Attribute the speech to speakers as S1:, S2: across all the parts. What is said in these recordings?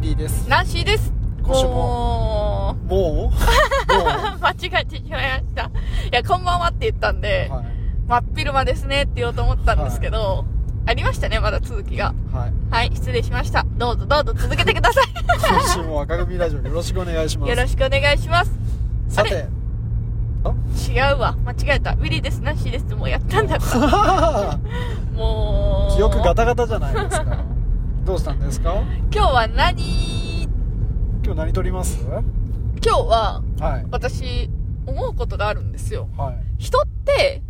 S1: リーです
S2: ナンシーです
S1: 今週
S2: も
S1: もうも
S2: う間違えてしまいましたいやこんばんはって言ったんで、
S1: うはい
S2: 真っ昼間ですねって言おうと思ったんですけど、ありましたねまだ続きが
S1: はい
S2: はい失礼しましたどうぞどうぞ続けてく ださい
S1: 今週も赤組ラジオよろしくお願いしま
S2: よろしくお願いします
S1: すさて
S2: 違うわ間違えたウィリーですナンシーですってもうやったんだからもう
S1: 記憶ガタガタじゃないですかどうしたんですか
S2: 今日は何
S1: 今日何撮りますはい
S2: 今日は
S1: はい
S2: 私思うことがあるんですよ
S1: はい
S2: 人って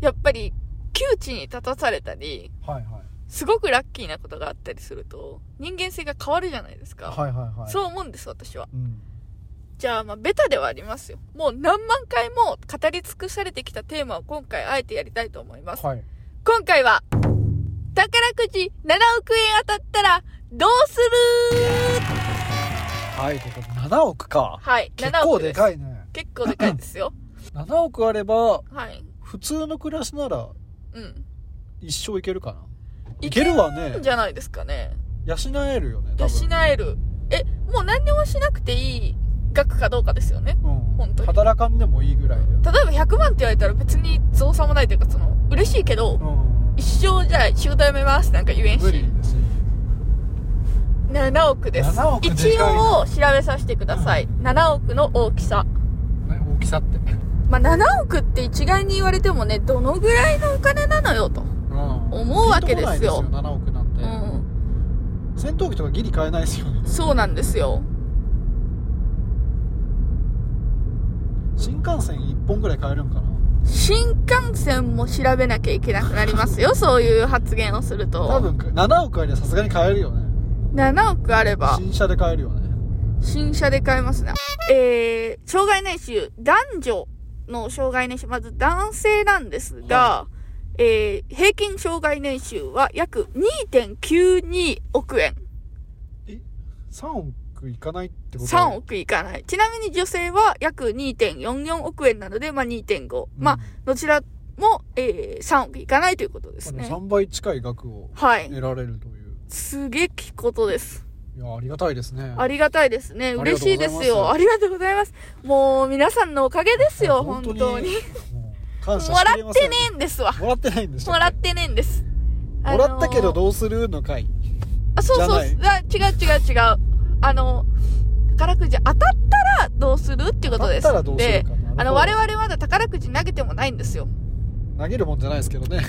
S2: やっぱり窮地に立たされたり
S1: はい
S2: すごくラッキーなことがあったりすると人間性が変わるじゃないですか、
S1: はいはいはいはい、
S2: そうう思うんです私は
S1: うん、
S2: じゃあまあベタではありますよもう何万回も語り尽くされてきたテーマを今回あえてやりたいと思います、
S1: はい
S2: 今回は宝くじ7億円当たったらどうする
S1: はいここ7億か
S2: はい
S1: 結
S2: 7
S1: 構
S2: 億
S1: ですかいね
S2: 結構でかいで すよ
S1: 7億あれば
S2: はい
S1: 普通の暮らしなら
S2: うん
S1: 一生いけるかないい
S2: け
S1: け
S2: る
S1: るわね
S2: じゃないですかね
S1: 養えるよね多分
S2: 養えるえもう何にもしなくていい額かどうかですよね
S1: うん
S2: 本当に
S1: 働かんでもいいぐらいだよ
S2: 例えば100万って言われたら別に造作もないというかその嬉しいけ
S1: う
S2: ど
S1: ん
S2: 一生じゃあ仕事辞めますなんか言えんし
S1: 無理ですよ
S2: 7億です
S1: 7億でかい
S2: 一
S1: な
S2: 応調べさせてください7億の大きさ
S1: ね大きさって
S2: まあ7億って一概に言われてもねどのぐらいのお金なのよと思
S1: 思
S2: うわけですよ
S1: 7億なんて、
S2: うん
S1: 戦闘機とかギリ買えないですよね
S2: そうなんですよ
S1: 新幹線1本ぐらい買えるんかな
S2: 新幹線も調べなきゃいけなくなりますよそういう発言をすると
S1: 多分7億あればさすがに買えるよね
S2: 7億あれば
S1: 新車で買えるよね
S2: 新車で買えますね。えー、障害年収、男女の障害年収、まず男性なんですが、えー、平均障害年収は約2.92億円。
S1: 3億いかないってこと
S2: 3億いかない。ちなみに女性は約2.44億円なので、まあ2.5。まあ、どちらも、えー、3億いかないということですね。
S1: 3倍近い額を
S2: はい。
S1: 得られるという
S2: すげきことです。
S1: いやありがたいですね
S2: ありがたいですね。
S1: ありが
S2: 嬉
S1: とうございます
S2: しいですよ。ありがとうございます。もう、皆さんのおかげですよ、本当に。
S1: もう感謝
S2: も
S1: し
S2: ら
S1: きれま
S2: っ
S1: せ
S2: て
S1: ん
S2: ねえんですわ。
S1: もらってないんでした
S2: もら
S1: っ
S2: っ
S1: け
S2: てねえんです。
S1: もらったけど
S2: う
S1: どうするのかい
S2: あ、そうそう。あ違
S1: じ
S2: う違う違う。あの、宝くじ当たったらどうするっていうことです。
S1: 当たったらどうする
S2: で
S1: かなるほど
S2: あの、我々まだ宝くじ投げてもないんですよ。
S1: 投げるもんじゃないですけどね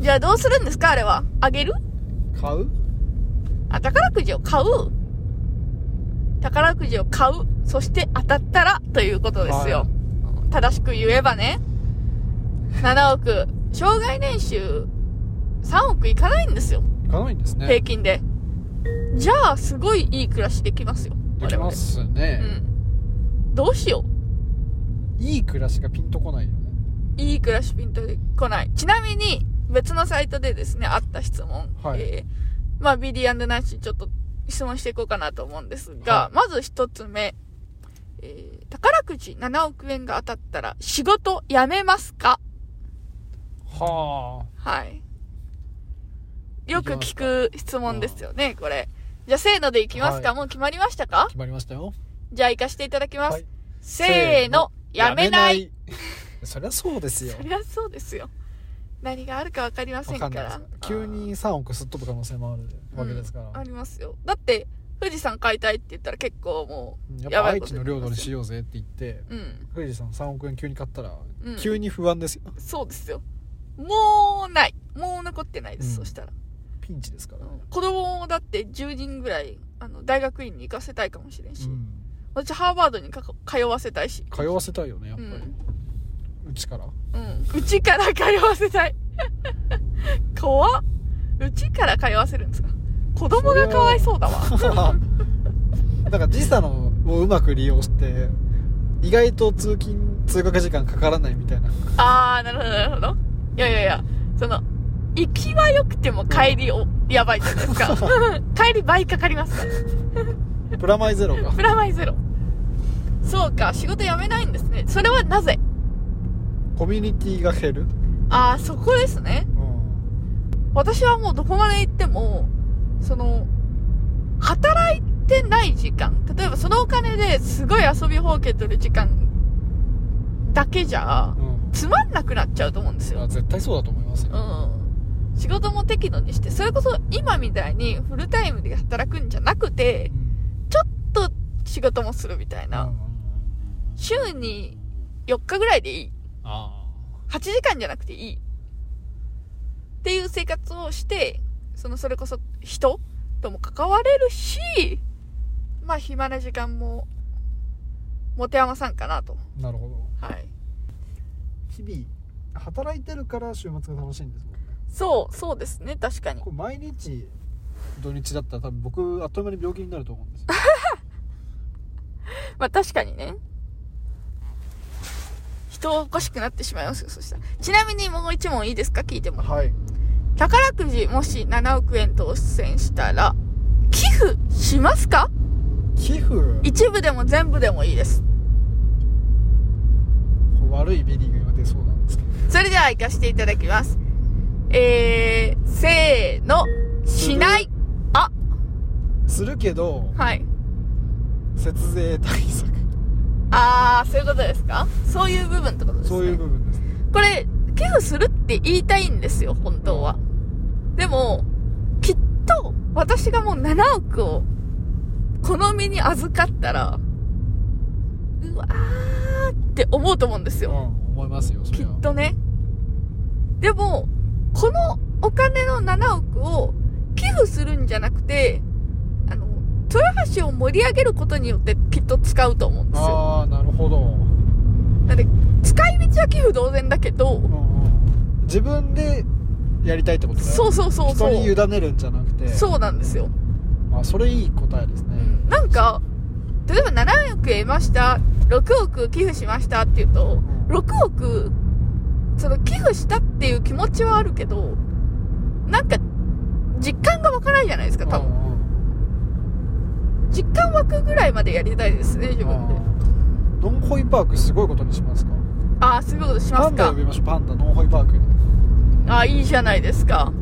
S2: じゃあどうするんですかあれは。あげる
S1: 買う
S2: あ、宝くじを買う。宝くじを買う。そして当たったらということですよ。
S1: はい
S2: 正しく言えばね。7億。障害年収3億いかないんですよ。
S1: いかないんですね
S2: 平均で。じゃあ、すごいいい暮らしできますよ。
S1: できま
S2: 我
S1: すね
S2: 々。う、ん。どうしよ
S1: いい暮らしがピンとこないよね
S2: う。いい暮らしピンとで来ない。ちなみに、別のサイトでですね、あった質問。
S1: はい
S2: えーまあ、ビリーナンシーちょっと質問していこうかなと思うんですが、
S1: はい
S2: まず一つ目。えー宝くじ7億円が当たったら仕事辞めますか
S1: はあ
S2: はい。よく聞く質問ですよね、これ。じゃあ、せーのでいきますか、
S1: はい
S2: もう決まりましたか
S1: 決まりましたよ
S2: じゃあ行かせていただきます。
S1: はい
S2: せーの、やめない。
S1: そりゃそうですよ
S2: そりゃそうですよ。何があるかわかりませ
S1: わ
S2: ん
S1: か
S2: か
S1: んないで
S2: ら
S1: す。急に3億すっ飛ぶ可能性もある
S2: うん
S1: わけですから、
S2: ありますよ。だって、富士山買いたいって言ったら結構も
S1: やっ
S2: や
S1: ぱ
S2: ばい
S1: 愛
S2: こと
S1: 知の領土にしようぜって言って
S2: う、うん、
S1: 富士山3億円急に買ったら、
S2: うん
S1: 急に不安ですよ
S2: そうですよ。もうない。もう残ってないです、
S1: うん
S2: そしたら。
S1: ピンチですから、
S2: 子供もだって10人ぐらい、あの、大学院に行かせたいかもしれんし。
S1: うん
S2: 私、ハーバードにか通わせたいし。
S1: 通わせたいよねやっぱり、うちから
S2: うん。うちから通わせたい。怖っ。うちから通わせるんですか子供がかわいそうだわ。
S1: だから時差のをうまく利用して意外と通勤通学時間かからないみたいな
S2: あー、なるほど、なるほど。いやいやいや、その、行きは良くても帰りを、やばいじゃないですか。帰り倍かかりますから。
S1: プラマイゼ ロが
S2: プラマイゼロ。そうか、仕事辞めないんですね。それはなぜ
S1: コミュニティが減る、
S2: あー、そこですね。
S1: うん、
S2: 私はもうどこまで行っても、その、働いってない時間、例えばそのお金ですごい遊びほうけとる時間だけじゃ、
S1: うん
S2: つまんなくなっちゃうと思うんです
S1: いや
S2: よ。
S1: 絶対そうだと思います
S2: う
S1: よ、
S2: ん。仕事も適度にして、それこそ今みたいにフルタイムで働くんじゃなくて、ちょっと仕事もするみたいな。週に4日ぐらいでいい。
S1: あ
S2: 8時間じゃなくていい。っていう生活をして、そのそれこそ人とも関われるし、まあ暇な時間も持て余さんかなと。
S1: あなるほど
S2: はい。
S1: 日々働いてるから週末が楽しいんですもんね
S2: そう、そうですね、確かに。
S1: これ毎日土日だったら多分僕あっという間に病気になると思うんですよ
S2: まあ確かにね。人おかしくなってしまいますよ、そしたら。ちなみにもう一問いいですか聞いても。
S1: はい
S2: 宝くじもし7億円当選したら、寄付しますか
S1: 寄付こ
S2: 一部でも全部でもいいです。
S1: れ悪いビリーが今出そうなんですけど
S2: それでは行かせていただきます。えー、せーの、しない。あ、
S1: するけど
S2: はい。
S1: 節税対策
S2: あー、そういうことですかそういう部分ってことですね。
S1: そういう部分ですね
S2: これ、寄付するって言いたいんですよ、本当は。でも、きっと、私がもう7億を、この身に預かったら、うわーって思うと思うんです
S1: うん
S2: よ。
S1: 思いますよそ
S2: き
S1: れ
S2: っ
S1: は
S2: とね。でも、このお金の7億を寄付するんじゃなくて、あの、豊橋を盛り上げることによってきっと使うと思うんですよ。
S1: ああなるほど、うん
S2: なんで、使い道は寄付同然だけど、
S1: うん、自分でやりたいってことだよ
S2: そうそうそうそう。
S1: 人に委ねるんじゃなくて
S2: そうなんですよ。
S1: まあそれいい答えですね、
S2: うんなんか、例えば7億得ました、6億寄付しましたって言うと、6億、その寄付したっていう気持ちはあるけど、なんか、実感が湧かないじゃないですか、多分。
S1: 分
S2: 実感湧くぐらいまでやりたいですね、自分で。
S1: ノンホイパークすごいことにしますか
S2: ああ、そういうことしま
S1: パ
S2: す
S1: ンダ
S2: か
S1: 呼。びましょうパンダノンホイパークに
S2: ああ、いいじゃないですか。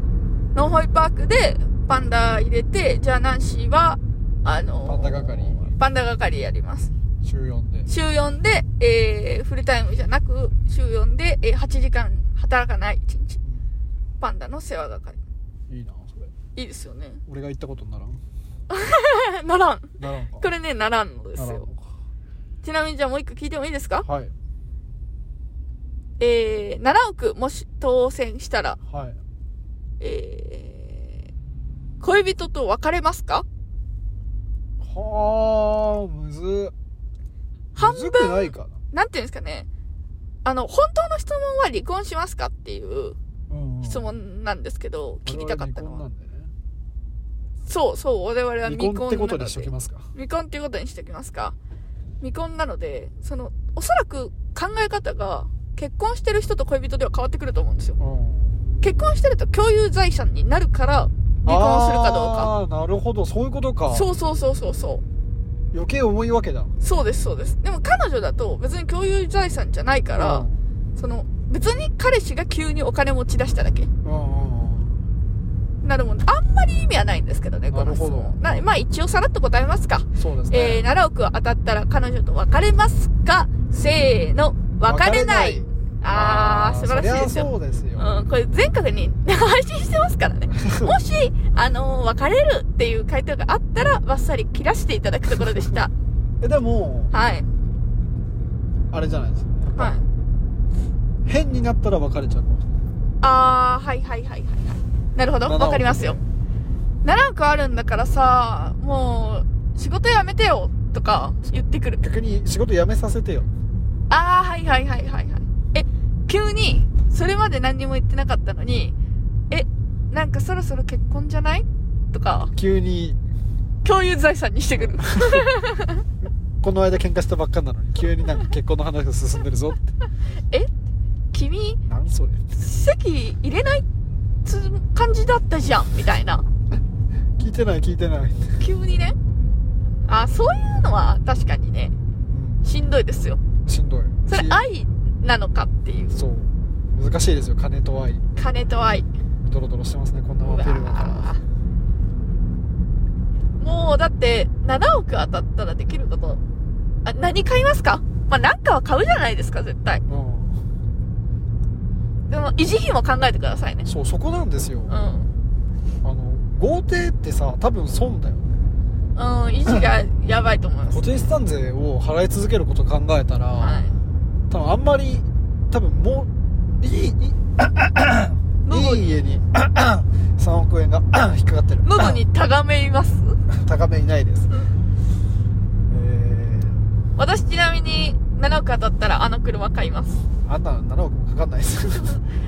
S2: ノンホイパークでパンダ入れて、じゃあナンシーは、あのー
S1: パンダ係
S2: パンダ係やります。
S1: 週4で
S2: 週4で、えー、フルタイムじゃなく、週4で、えー、8時間働かない1日。パンダの世話係。
S1: いいなそれ
S2: いいですよね。
S1: 俺が言ったことにならん
S2: ならん。
S1: ならんか
S2: これね、ならんのです
S1: ならんの
S2: よ。
S1: か
S2: ちなみにじゃあもう一個聞いてもいいですか
S1: はい
S2: えー、7億もし当選したら、
S1: はい
S2: えー、恋人と別れますか
S1: はあむずっ
S2: 半
S1: むずく
S2: 分、
S1: ないか
S2: なんていうんですかね。あの、本当の質問は離婚しますかっていう
S1: な、うんうん
S2: 質問なんですけど、聞きたかったのは。
S1: 我々離婚なんでね
S2: そうそう、我々は
S1: 離
S2: 未婚
S1: 婚ってこと
S2: なの
S1: にしときますか
S2: 未婚っていうことにしておきますか。未婚なので、その、おそらく考え方が、結婚してる人と恋人では変わってくると思うんですよ。
S1: うん
S2: 結婚してると共有財産になるから、離婚するかどうか。
S1: ああなるほどそういうことか
S2: そうそうそうそうそう。
S1: 余計重いわけだ
S2: そうです、そうです。でも彼女だと別に共有財産じゃないか
S1: からうん、
S2: その、別に彼氏が急にお金持ち出しただけ
S1: うんうん
S2: なるもんで、あんまり意味はないんですけどね、この質問。
S1: な
S2: なまあ一応さらっと答えますか。
S1: うんそうですね、
S2: えー、7億当たったら彼女と別れますかせーの、別れない。あー、素晴らしいです
S1: そりゃ
S2: よ。
S1: そうですよ、
S2: うん、これ全国に配信してますからね。もし、あのー別れるっていう回答があったら、ばっさり切らしていただくところでした。
S1: えでも
S2: はい。
S1: あれじゃないですかやっぱ
S2: はい。
S1: 変になったら別れちゃうかもしれない
S2: あー、はいはいはいはいはい。なるほど。
S1: 7億
S2: わかりますよ。7億あるんだからさ、もう、仕事辞めてよ、とか言ってくる。
S1: 逆に仕事辞めさせてよ
S2: ああ、はいはいはいはいはい。え、急に、それまで何にも言ってなかったのに、え、なんかそろそろ結婚じゃないとか、
S1: 急に
S2: 共有財産にしてく る。
S1: この間喧嘩したばっかなのに急になんか結婚の話が進んでるぞって
S2: 君、
S1: なんそれ
S2: 席入れないつ感じだったじゃん、みたいな。
S1: 聞いてない聞いてない、
S2: 急にね。あーそういうのは確かにね、
S1: う
S2: しんどいですよ。
S1: ん、しんどい
S2: それ
S1: し
S2: 愛なのかっていう。
S1: そう難しいですよ金と愛
S2: 金と愛。
S1: ドロドロしてますねこんな
S2: う
S1: ワ
S2: わ
S1: ピールだから
S2: ーもうだって、7億当たったらできること。あ、何買いますかまあ、なんかは買うじゃないですか、絶対。
S1: うん
S2: でも、維持費も考えてくださいね。
S1: そうそこなんですよ、
S2: う
S1: あ
S2: ん。
S1: の豪邸ってさ多分損だよね
S2: うん、維持がやばいと思います
S1: 固。定資産税を払い続けることを考えたら、
S2: はい。
S1: 多分あんまり多分もういいいい
S2: 喉
S1: いい家に3億円が 引っかかってる
S2: 喉にたがめいます。
S1: 高めいないです、え
S2: 私ちなみに、7億当たったらあの車買います。
S1: ー、あんなの7億もかかんないです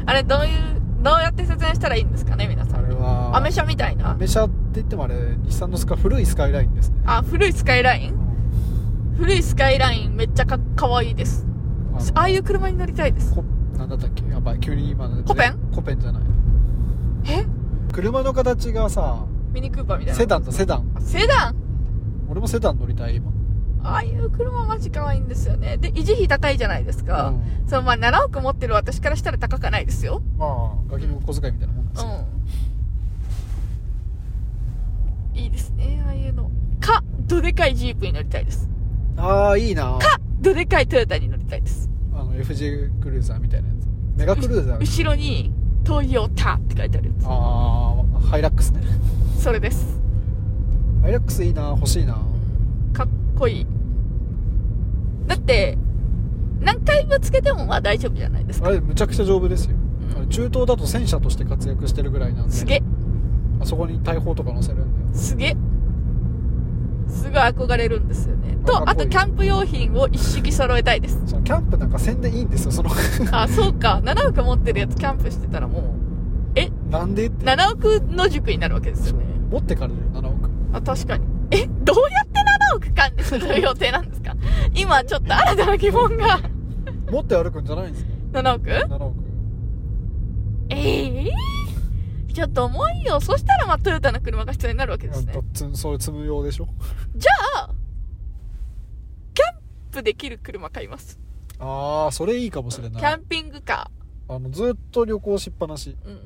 S2: あれ、どういう、どうやって説明したらいいんですかね、皆さ
S1: あ
S2: ん。
S1: れは
S2: アメ車みたい
S1: ア
S2: な。
S1: メ車って言ってもあれ日産のスカ古いスカイラインですね
S2: あ、古いスカイライン古いスカイラインめっちゃか、かわいいです。
S1: の
S2: ああいう車に乗りたいです。
S1: こなんだったっけやばい急に今の
S2: コペン
S1: コペンじゃない
S2: え
S1: 車の形がさ
S2: ミニクーパーみたいな。
S1: セダンとセダン
S2: あセダン
S1: 俺もセダン乗りたい今
S2: ああいう車マジ可愛いんですよね。で、維持費高いじゃないですか。
S1: うん
S2: そのまあ7億持ってる私からしたら高くないですよ。
S1: まあガキの小遣いみたいなもんですよ、
S2: うん。いいですね、ああいうの。か、どでかいジープに乗りたいです。
S1: ああいいな
S2: か、どでかいトヨタに乗りたいです。
S1: あの FJ クルーザーみたいなやつメガクルーザー
S2: 後ろに、トヨタって書いてあるや
S1: ああハイラックスね
S2: つ。それです。
S1: ハイラックスいいな欲しいな
S2: かっこいい。だって、何回ぶつけてもまあ大丈夫じゃないです
S1: あ
S2: か。
S1: れむちゃくちゃ丈夫ですよ、
S2: うん
S1: あれ中東だと戦車として活躍してるぐらいなんです
S2: げえ、
S1: あそこに大砲とか載せるんだよ
S2: すげえ。すごい憧れるんですよ
S1: か
S2: ね。
S1: っこい
S2: と、
S1: い
S2: あとキャンプ用品を一式揃えたいです。
S1: そのキャンプなんか宣伝いいんですよその
S2: あ、そうか。7億持ってるやつキャンプしてたらもう、え
S1: なんでって
S2: 7億の塾になるわけですよね。
S1: 持ってかれるよ7億
S2: あ、確かに。え、どうやって7億管理する予定なんですか今ちょっと新たな疑問が。
S1: 持って歩くんじゃないんですか
S2: 7億
S1: 7億
S2: ええちょっと重いよ。そしたらまあトヨタの車が必要になるわけですね
S1: だ。つそれ積むようでしょ
S2: じゃあ、キャンプできる車買います。
S1: ああそれいいかもし
S2: キ
S1: れない
S2: ャンピングカ
S1: あのずっと旅行しっぱなし
S2: ー。うん。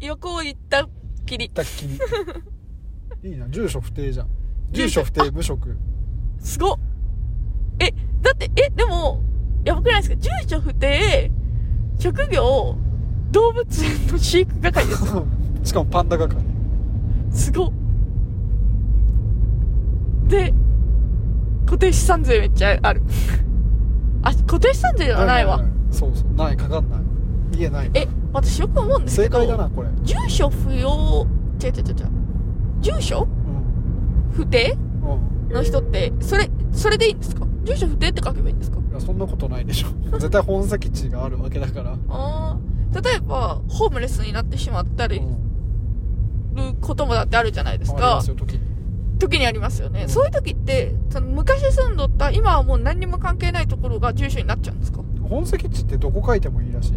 S2: 旅行行ったっきり。
S1: だっ きりいいな住所不定じゃん
S2: 住
S1: 住
S2: 所
S1: 所不定無職
S2: すごっえ、だって、え、でも、やばくないですか住所不定、職業、動物園の飼育係です。
S1: しかもパンダ係
S2: すごっで、固定資産税めっちゃある。あ、固定資産税ではないわ。
S1: そうそうないかかんない家ない
S2: え、私よく思うんですけ
S1: 正
S2: ど、
S1: 解だなこれ、
S2: 住所不要、違う違う違う違う。住所
S1: うん
S2: 不定
S1: うん、
S2: の人って、それ、それでいいんですか住所不定って書けばいいんですか
S1: いやそんなことないで しょ絶対本籍地があるわけだから、
S2: ああ、例えば、ホームレスになってしまったり
S1: うん
S2: ることもだってあるじゃないです
S1: ありま
S2: か
S1: す。よ時に
S2: 時にありますよね。
S1: うん
S2: そういう時って、その昔住んどった、今はもう何にも関係ないところが住所になっちゃうんですか
S1: 本籍地ってどこ書いてもいいらしい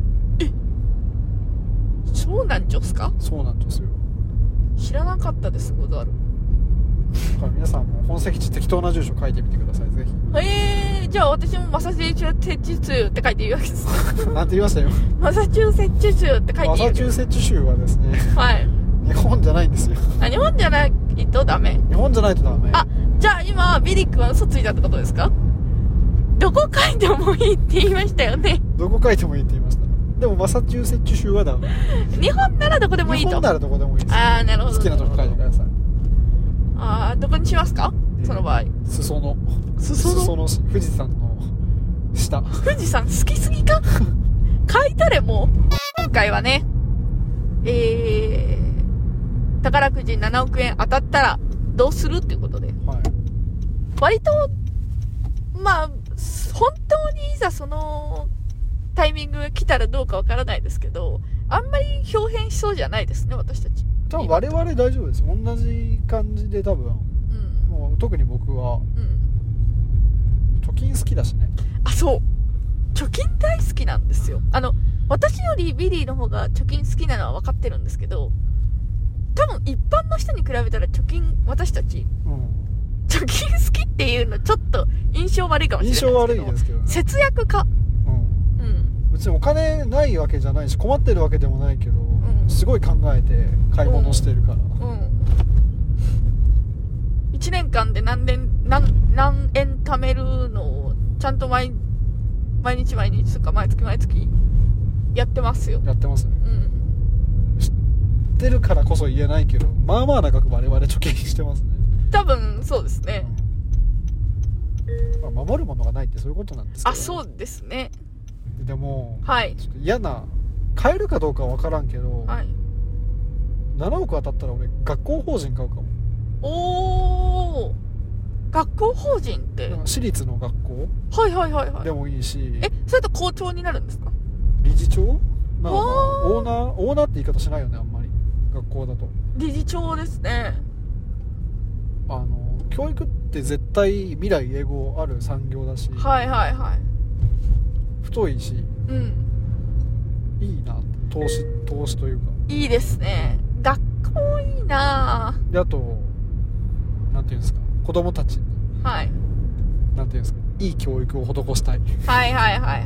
S2: そうなんじょすか
S1: そうなんですよ
S2: 知らなかったです、ござる。
S1: だから皆さんも本籍地適当な住所書いてみてください ぜひ
S2: ええー、じゃあ私もマサチューセッチ州って書いていいわけです。
S1: なんて言いましたよ
S2: マサチューセッチ州って書いていいわ
S1: マ
S2: け
S1: サ
S2: で
S1: チュー
S2: す。
S1: セッツ州はですね
S2: はい。
S1: 日本じゃないんですよ
S2: あ、日本じゃないとダメ。
S1: 日本じゃないとダメ
S2: あ、じゃあ今、ビリックは嘘ついたってことですかどこ書いてもいいって言いましたよね。
S1: どこ書いてもいいって言いましたでもマサチューセッツ州はダメ
S2: 日本ならどこでもいい
S1: 日
S2: と。
S1: 本ならどこでもいいです
S2: ああ、なるほど。
S1: 好きなとこ書いてください
S2: ああ、どこにしますかその場合。
S1: 裾野
S2: 裾野
S1: 裾野市富士山の下
S2: 富士山好きす ぎか書いたれもう。今回はね、えー、宝くじ7億円当たったらどうするっていうことで。
S1: はい
S2: 割と、まあ、本当にいざそのタイミングが来たらどうかわからないですけど、あんまり表変しそうじゃないですね、私たち。
S1: 多分我々大丈夫ですよ同じ感じで多分
S2: うん。
S1: もう特に僕は
S2: うん。
S1: 貯金好きだしね
S2: あ、そう。貯金大好きなんですよ。あの、私よりビリーの方が貯金好きなのは分かってるんですけど、多分一般の人に比べたら貯金、私たち、
S1: うん
S2: 貯金好きっていうのちょっと印象悪いかもしれないで
S1: 印
S2: すけど。
S1: 象悪いですけどね
S2: 節約家。
S1: うん
S2: うん。
S1: 別にお金ないわけじゃないし困ってるわけでもないけど、
S2: ん
S1: すごい考えて買い物してるから、
S2: うん。 1年間で何年、何、何円貯めるのを、ちゃんと毎、毎日毎日とか、毎月毎月、やってますよ。
S1: やってますね
S2: うん。
S1: 知ってるからこそ言えないけどまあまあ長く我々貯金してますね、
S2: 多分、そうですね。
S1: うんまあ、守るものがないってそういうことなんですけど、
S2: あ、そうですね。
S1: でも
S2: はい。
S1: ちょっと嫌な買えるかどうかは分からんけど、
S2: はい。
S1: 7億当たったら俺学校法人買うかも
S2: おー。学校法人って。
S1: なんか私立の学校
S2: はいはいはいはい
S1: で。もいいし、
S2: え、それと校長になるんですか
S1: 理事長なのかな
S2: おー
S1: オーナーオーナーって言い方しないよねあんまり学校だと
S2: 理事長ですね。
S1: あの教育って絶対未来英語ある産業だし、
S2: はいはいはい。
S1: 太いし
S2: うん。
S1: いいな投資投資というか
S2: いいですね。学校いいな
S1: であとなんていうんですか子供たちに
S2: ぁはい。
S1: なんていうんですかいい教育を施したい
S2: はいはいはいはいは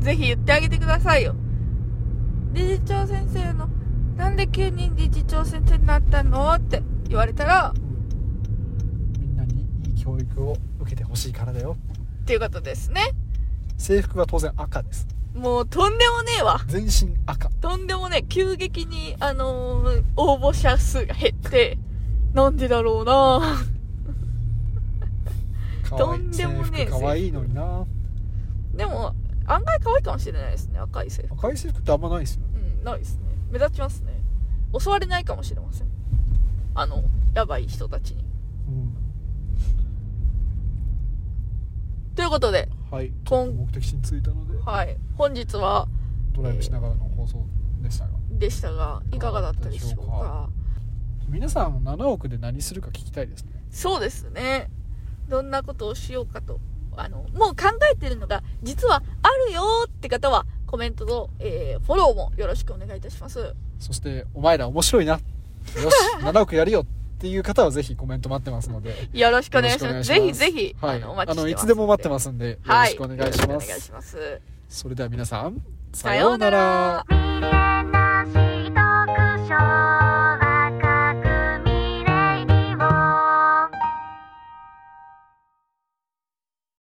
S2: い。ぜひ言ってあげてくださいよ。理事長先生の、なんで急に理事長先生になったのって言われたら、
S1: みんなにいい教育を受けてほしいからだよ
S2: っていうことですね。
S1: 制服は当然赤です
S2: もうとんでもねえわ。
S1: 全身赤
S2: とんでもねえ。急激に、あのー応募者数が減って、なんでだろうな ぁ
S1: かわい
S2: とん
S1: い
S2: で
S1: 制
S2: もねえ
S1: 服かわいいのにな
S2: でも、案外可愛いかもしれないですね、赤い制服。
S1: 赤い制服ってあんまないですよね
S2: うん、ないですね。目立ちますね。襲われないかもしれません。あの、やばい人たちに。ということで、
S1: うんはい
S2: こん
S1: 目的地に着いたので
S2: はい。本日は、
S1: ドライブしながらの放送でしたが
S2: でしたが、いかがだったでしょう
S1: どうだった
S2: か。
S1: 皆さんも7億で何するか聞きたいですね
S2: そうですね。どんなことをしようかと。あの、もう考えてるのが、実はあるよーって方は、コメントと、えー、フォローもよろしくお願いいたします。
S1: そしてお前ら面白いなよし 7億やるよっていう方はぜひコメント待ってますので
S2: よろしくお願いし
S1: よろ
S2: ます。
S1: しくお願いしま
S2: ぜひ
S1: す
S2: ぜひ、
S1: はい、
S2: あの、お待ちしてますん。。
S1: いつでも待ってますすんで、
S2: はい。
S1: よろしくお願いし
S2: よ
S1: ま
S2: ろくお願い
S1: す。
S2: します。
S1: それでは皆さん、
S2: さようなら。